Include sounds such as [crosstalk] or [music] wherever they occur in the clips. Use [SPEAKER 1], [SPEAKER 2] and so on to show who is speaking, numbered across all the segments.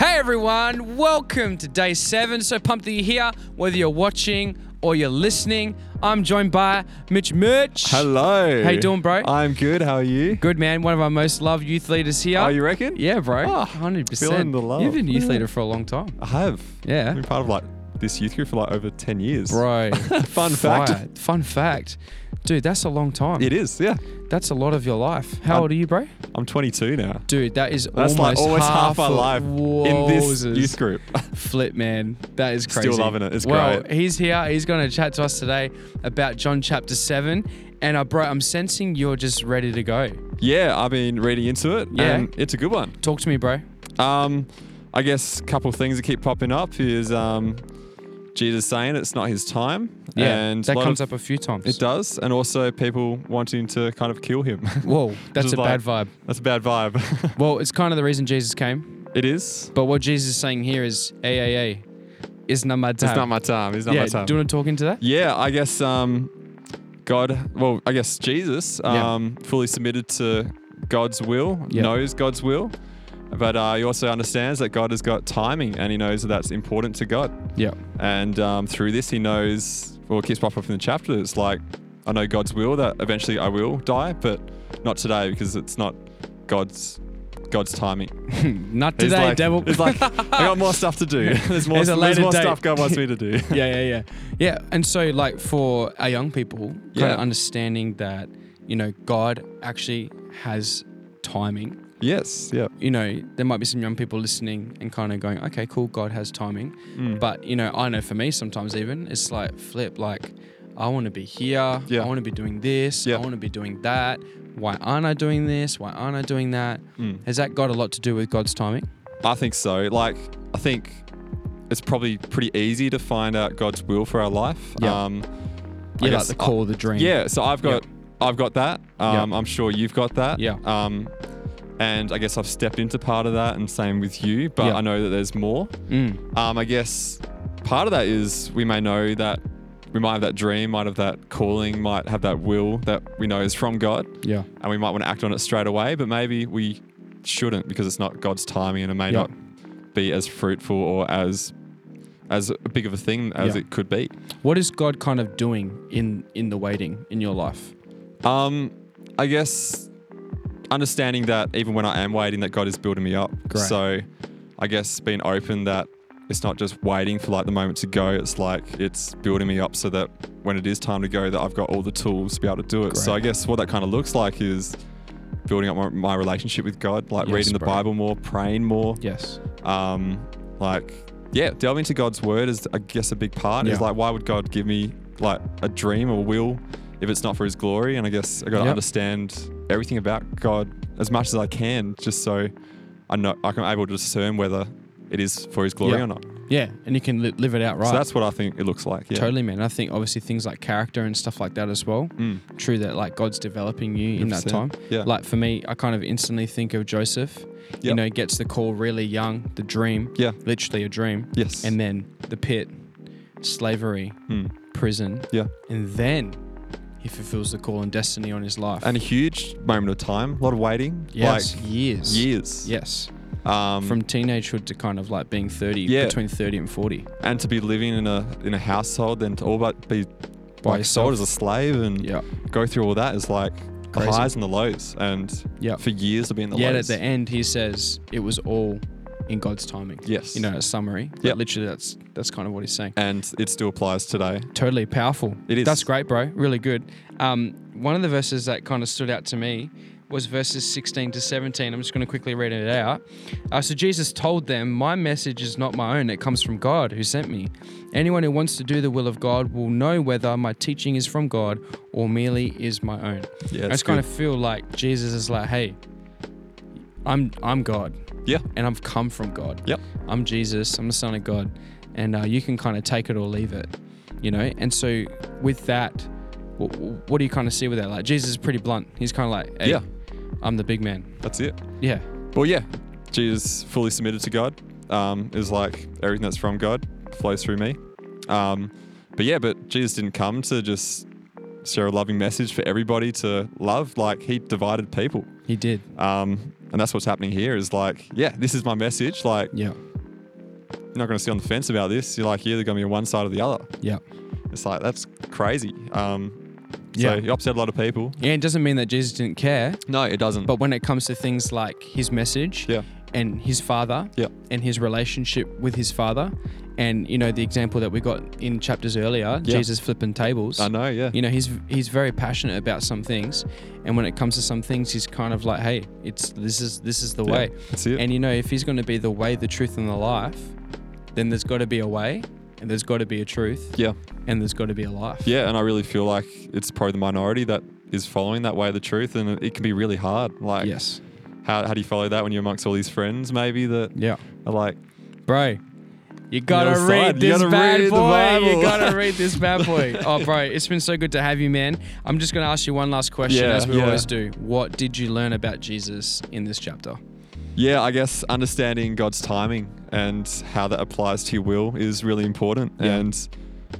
[SPEAKER 1] everyone. Welcome to day seven. So pumped that you're here, whether you're watching or you're listening. I'm joined by Mitch Merch.
[SPEAKER 2] Hello.
[SPEAKER 1] How you doing, bro?
[SPEAKER 2] I'm good. How are you?
[SPEAKER 1] Good man, one of our most loved youth leaders here.
[SPEAKER 2] Oh, you reckon?
[SPEAKER 1] Yeah, bro.
[SPEAKER 2] Oh,
[SPEAKER 1] 100%.
[SPEAKER 2] feeling the love.
[SPEAKER 1] You've been a youth
[SPEAKER 2] Yeah.
[SPEAKER 1] leader for a long time.
[SPEAKER 2] I have.
[SPEAKER 1] Yeah.
[SPEAKER 2] I've been part of like this youth group for like over 10 years.
[SPEAKER 1] Bro.
[SPEAKER 2] [laughs] Fun fact.
[SPEAKER 1] Fire. Fun fact. Dude, that's a long time.
[SPEAKER 2] It is, yeah.
[SPEAKER 1] That's a lot of your life. How
[SPEAKER 2] I'm-
[SPEAKER 1] old are you, bro?
[SPEAKER 2] I'm 22 now.
[SPEAKER 1] Dude, that is
[SPEAKER 2] That's
[SPEAKER 1] almost,
[SPEAKER 2] like almost half, our
[SPEAKER 1] of-
[SPEAKER 2] life in this
[SPEAKER 1] Wowzers.
[SPEAKER 2] youth group. [laughs]
[SPEAKER 1] Flip, man. That is
[SPEAKER 2] Still
[SPEAKER 1] crazy.
[SPEAKER 2] loving it. It's
[SPEAKER 1] well,
[SPEAKER 2] great.
[SPEAKER 1] he's here. He's going to chat to us today about John chapter 7. And, uh, bro, I'm sensing you're just ready to go.
[SPEAKER 2] yeah, I've been reading into it.
[SPEAKER 1] Yeah.
[SPEAKER 2] And it's a good one.
[SPEAKER 1] Talk to me, bro.
[SPEAKER 2] Um, I guess a couple of things that keep popping up is um, Jesus saying it's not his time.
[SPEAKER 1] Yeah.
[SPEAKER 2] And
[SPEAKER 1] that
[SPEAKER 2] a lot
[SPEAKER 1] comes
[SPEAKER 2] of-
[SPEAKER 1] up a few times.
[SPEAKER 2] It does. And also people wanting to kind of kill him. [laughs]
[SPEAKER 1] Whoa, that's
[SPEAKER 2] Just
[SPEAKER 1] a
[SPEAKER 2] like-
[SPEAKER 1] bad vibe.
[SPEAKER 2] That's a bad vibe. [laughs]
[SPEAKER 1] Well, it's kind of the reason Jesus came.
[SPEAKER 2] it is.
[SPEAKER 1] But what Jesus is saying here is, hey, hey, hey, it's not my time.
[SPEAKER 2] It's not my time. It's not
[SPEAKER 1] yeah,
[SPEAKER 2] my time.
[SPEAKER 1] do you want to talk into that?
[SPEAKER 2] yeah, I guess um, God, well, I guess Jesus
[SPEAKER 1] Yeah.
[SPEAKER 2] um, fully submitted to God's will,
[SPEAKER 1] Yeah.
[SPEAKER 2] knows God's will, but uh, he also understands that God has got timing and he knows that that's important to God.
[SPEAKER 1] Yeah.
[SPEAKER 2] And um, through this, he knows, well, it keeps popping up in the chapter. It's like, I know God's will that eventually I will die, but not today because it's not God's. God's timing.
[SPEAKER 1] [laughs] Not
[SPEAKER 2] He's
[SPEAKER 1] today,
[SPEAKER 2] like, [laughs]
[SPEAKER 1] devil. [laughs]
[SPEAKER 2] It's like I got more stuff to do. [laughs] There's more,
[SPEAKER 1] There's a
[SPEAKER 2] there's
[SPEAKER 1] later
[SPEAKER 2] more
[SPEAKER 1] date.
[SPEAKER 2] stuff God wants me to
[SPEAKER 1] [laughs]
[SPEAKER 2] do.
[SPEAKER 1] yeah, yeah, yeah. Yeah. And so, like, for our young people, kind
[SPEAKER 2] Yeah.
[SPEAKER 1] of understanding that, you know, God actually has timing.
[SPEAKER 2] yes. Yeah.
[SPEAKER 1] You know, there might be some young people listening and kind of going, okay, cool, God has timing.
[SPEAKER 2] Mm.
[SPEAKER 1] But, you know, I know for me sometimes even, it's like, flip, like, I want to be here.
[SPEAKER 2] Yeah.
[SPEAKER 1] I want to be doing this.
[SPEAKER 2] Yeah.
[SPEAKER 1] I want to be doing that. Why aren't I doing this? Why aren't I doing that?
[SPEAKER 2] Mm.
[SPEAKER 1] Has that got a lot to do with God's timing?
[SPEAKER 2] I think so. Like, I think it's probably pretty easy to find out God's will for our life.
[SPEAKER 1] Yeah.
[SPEAKER 2] Um, I
[SPEAKER 1] Yeah, like
[SPEAKER 2] guess-
[SPEAKER 1] the call, the dream.
[SPEAKER 2] yeah. So I've got, I've got that. Um, I'm sure you've got that.
[SPEAKER 1] Yeah.
[SPEAKER 2] Um, and I guess I've stepped into part of that, and same with you. But
[SPEAKER 1] Yeah.
[SPEAKER 2] I know that there's more.
[SPEAKER 1] Mm.
[SPEAKER 2] Um, I guess part of that is we may know that we might have that dream, might have that calling, might have that will that we know is from God,
[SPEAKER 1] Yeah.
[SPEAKER 2] and we might want to act on it straight away. But maybe we shouldn't because it's not God's timing, and it may
[SPEAKER 1] Yeah.
[SPEAKER 2] not be as fruitful or as as big of a thing as
[SPEAKER 1] Yeah.
[SPEAKER 2] it could be.
[SPEAKER 1] What is God kind of doing in in the waiting in your life?
[SPEAKER 2] Um, I guess understanding that even when I am waiting, that God is building me up.
[SPEAKER 1] Great.
[SPEAKER 2] So, I guess being open that it's not just waiting for like the moment to go. It's like it's building me up so that when it is time to go, that I've got all the tools to be able to do it. So
[SPEAKER 1] Great.
[SPEAKER 2] I guess what that kind of looks like is building up my, my relationship with God, like
[SPEAKER 1] Yes,
[SPEAKER 2] reading the
[SPEAKER 1] bro.
[SPEAKER 2] Bible more, praying more,
[SPEAKER 1] Yes.
[SPEAKER 2] um like yeah delving into god's word is i guess a big part is
[SPEAKER 1] Yeah.
[SPEAKER 2] like why would god give me like a dream or will if it's not for his glory and i guess i gotta
[SPEAKER 1] Yep.
[SPEAKER 2] understand everything about god as much as i can just so i know i can able to discern whether it is for his glory
[SPEAKER 1] Yeah.
[SPEAKER 2] or not
[SPEAKER 1] Yeah, and you can li- live it out right.
[SPEAKER 2] so that's what i think it looks like yeah
[SPEAKER 1] Totally, man. I think obviously things like character and stuff like that as well.
[SPEAKER 2] Mm.
[SPEAKER 1] True that, like God's developing you in that
[SPEAKER 2] 100%.
[SPEAKER 1] time.
[SPEAKER 2] Yeah.
[SPEAKER 1] Like for me, I kind of instantly think of Joseph. You
[SPEAKER 2] Yep.
[SPEAKER 1] know, gets the call really young, the dream,
[SPEAKER 2] yeah
[SPEAKER 1] literally a dream,
[SPEAKER 2] yes
[SPEAKER 1] and then the pit, slavery,
[SPEAKER 2] Mm.
[SPEAKER 1] prison,
[SPEAKER 2] yeah
[SPEAKER 1] and then he fulfills the call and destiny on his life.
[SPEAKER 2] and a huge moment of time a lot of waiting
[SPEAKER 1] yes,
[SPEAKER 2] like
[SPEAKER 1] years,
[SPEAKER 2] years
[SPEAKER 1] yes.
[SPEAKER 2] um
[SPEAKER 1] from teenagehood to kind of like being 30
[SPEAKER 2] Yeah.
[SPEAKER 1] between 30 and 40
[SPEAKER 2] and to be living in a in a household then to all but be
[SPEAKER 1] By
[SPEAKER 2] like
[SPEAKER 1] yourself.
[SPEAKER 2] sold as a slave and
[SPEAKER 1] yeah
[SPEAKER 2] go through all that is like
[SPEAKER 1] Crazy.
[SPEAKER 2] the highs and the lows, and
[SPEAKER 1] yeah
[SPEAKER 2] for years to be in the
[SPEAKER 1] yet at
[SPEAKER 2] lows.
[SPEAKER 1] the end he says it was all in god's timing
[SPEAKER 2] Yes.
[SPEAKER 1] you know a summary But
[SPEAKER 2] Yeah.
[SPEAKER 1] literally that's that's kind of what he's saying
[SPEAKER 2] and it still applies today.
[SPEAKER 1] totally powerful
[SPEAKER 2] It is.
[SPEAKER 1] that's great bro really good um one of the verses that kind of stood out to me was verses 16 to 17 i'm just going to quickly read it out uh, so jesus told them my message is not my own it comes from god who sent me anyone who wants to do the will of god will know whether my teaching is from god or merely is my own
[SPEAKER 2] Yeah,
[SPEAKER 1] I
[SPEAKER 2] it's
[SPEAKER 1] just kind of feel like Jesus is like, hey, I'm I'm God,
[SPEAKER 2] good. yeah,
[SPEAKER 1] and I've come from God.
[SPEAKER 2] Yep.
[SPEAKER 1] I'm Jesus. I'm the Son of God, and uh, you can kind of take it or leave it, you know. And so with that, what, what do you kind of see with that? Like Jesus is pretty blunt. He's kind of like, hey,
[SPEAKER 2] Yeah.
[SPEAKER 1] I'm the big man.
[SPEAKER 2] that's it.
[SPEAKER 1] Yeah,
[SPEAKER 2] Well, yeah, Jesus fully submitted to God um, is like everything that's from God flows through me. Um, but yeah, but Jesus didn't come to just share a loving message for everybody to love. Like he divided people,
[SPEAKER 1] he did.
[SPEAKER 2] um, and that's what's happening here. Is like, yeah, this is my message. Like
[SPEAKER 1] Yeah,
[SPEAKER 2] you're not going to sit on the fence about this. You're like, you're either going to be on one side or the other.
[SPEAKER 1] Yeah.
[SPEAKER 2] It's like, that's crazy. Um,
[SPEAKER 1] Yeah.
[SPEAKER 2] So you upset a lot of people.
[SPEAKER 1] Yeah, it doesn't mean that Jesus didn't care,
[SPEAKER 2] No, it doesn't.
[SPEAKER 1] but when it comes to things like his message
[SPEAKER 2] yeah.
[SPEAKER 1] and his father
[SPEAKER 2] Yeah.
[SPEAKER 1] and his relationship with his father, and you know the example that we got in chapters earlier,
[SPEAKER 2] Yeah.
[SPEAKER 1] Jesus flipping tables.
[SPEAKER 2] I know. Yeah.
[SPEAKER 1] You know, he's he's very passionate about some things, and when it comes to some things, he's kind of like, hey, it's this is this is the
[SPEAKER 2] Yeah,
[SPEAKER 1] way.
[SPEAKER 2] that's it.
[SPEAKER 1] And you know, if he's going to be the way, the truth, and the life, then there's got to be a way, and there's got to be a truth,
[SPEAKER 2] yeah.
[SPEAKER 1] and there's got to be a life.
[SPEAKER 2] Yeah. And I really feel like it's probably the minority that is following that way of the truth. And it can be really hard. Like,
[SPEAKER 1] Yes.
[SPEAKER 2] how, how do you follow that when you're amongst all these friends, maybe that
[SPEAKER 1] Yeah.
[SPEAKER 2] are like,
[SPEAKER 1] Bro, you gotta
[SPEAKER 2] other
[SPEAKER 1] read
[SPEAKER 2] side, you
[SPEAKER 1] this
[SPEAKER 2] gotta
[SPEAKER 1] bad
[SPEAKER 2] read the
[SPEAKER 1] boy. You
[SPEAKER 2] Bible.
[SPEAKER 1] gotta
[SPEAKER 2] [laughs]
[SPEAKER 1] read this bad boy. Oh, bro, it's been so good to have you, man. I'm just gonna ask you one last question,
[SPEAKER 2] Yeah,
[SPEAKER 1] as we
[SPEAKER 2] yeah.
[SPEAKER 1] always do. What did you learn about Jesus in this chapter?
[SPEAKER 2] yeah, I guess understanding God's timing and how that applies to your will is really important.
[SPEAKER 1] Yeah.
[SPEAKER 2] And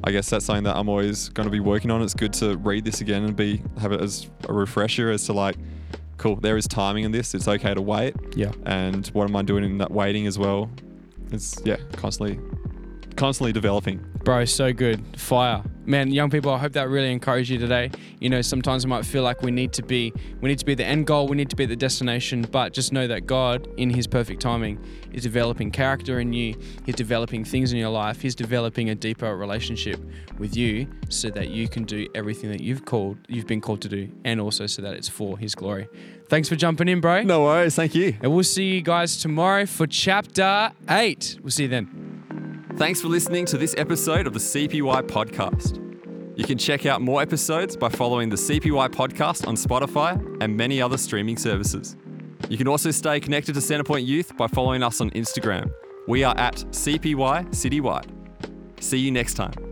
[SPEAKER 2] I guess that's something that I'm always going to be working on. It's good to read this again and be have it as a refresher as to like, cool, there is timing in this. It's okay to wait.
[SPEAKER 1] Yeah.
[SPEAKER 2] And what am I doing in that waiting as well? It's yeah, constantly, constantly developing.
[SPEAKER 1] Bro, so good. Fire. Man, young people, I hope that really encouraged you today. You know, sometimes it might feel like we need to be we need to be the end goal, we need to be the destination, but just know that God in his perfect timing is developing character in you, he's developing things in your life, he's developing a deeper relationship with you so that you can do everything that you've called you've been called to do and also so that it's for his glory. Thanks for jumping in, bro.
[SPEAKER 2] No worries. Thank you.
[SPEAKER 1] And we'll see you guys tomorrow for chapter 8. We'll see you then.
[SPEAKER 2] Thanks for listening to this episode of the CPY Podcast. You can check out more episodes by following the CPY Podcast on Spotify and many other streaming services. You can also stay connected to Centrepoint Youth by following us on Instagram. We are at CPY Citywide. See you next time.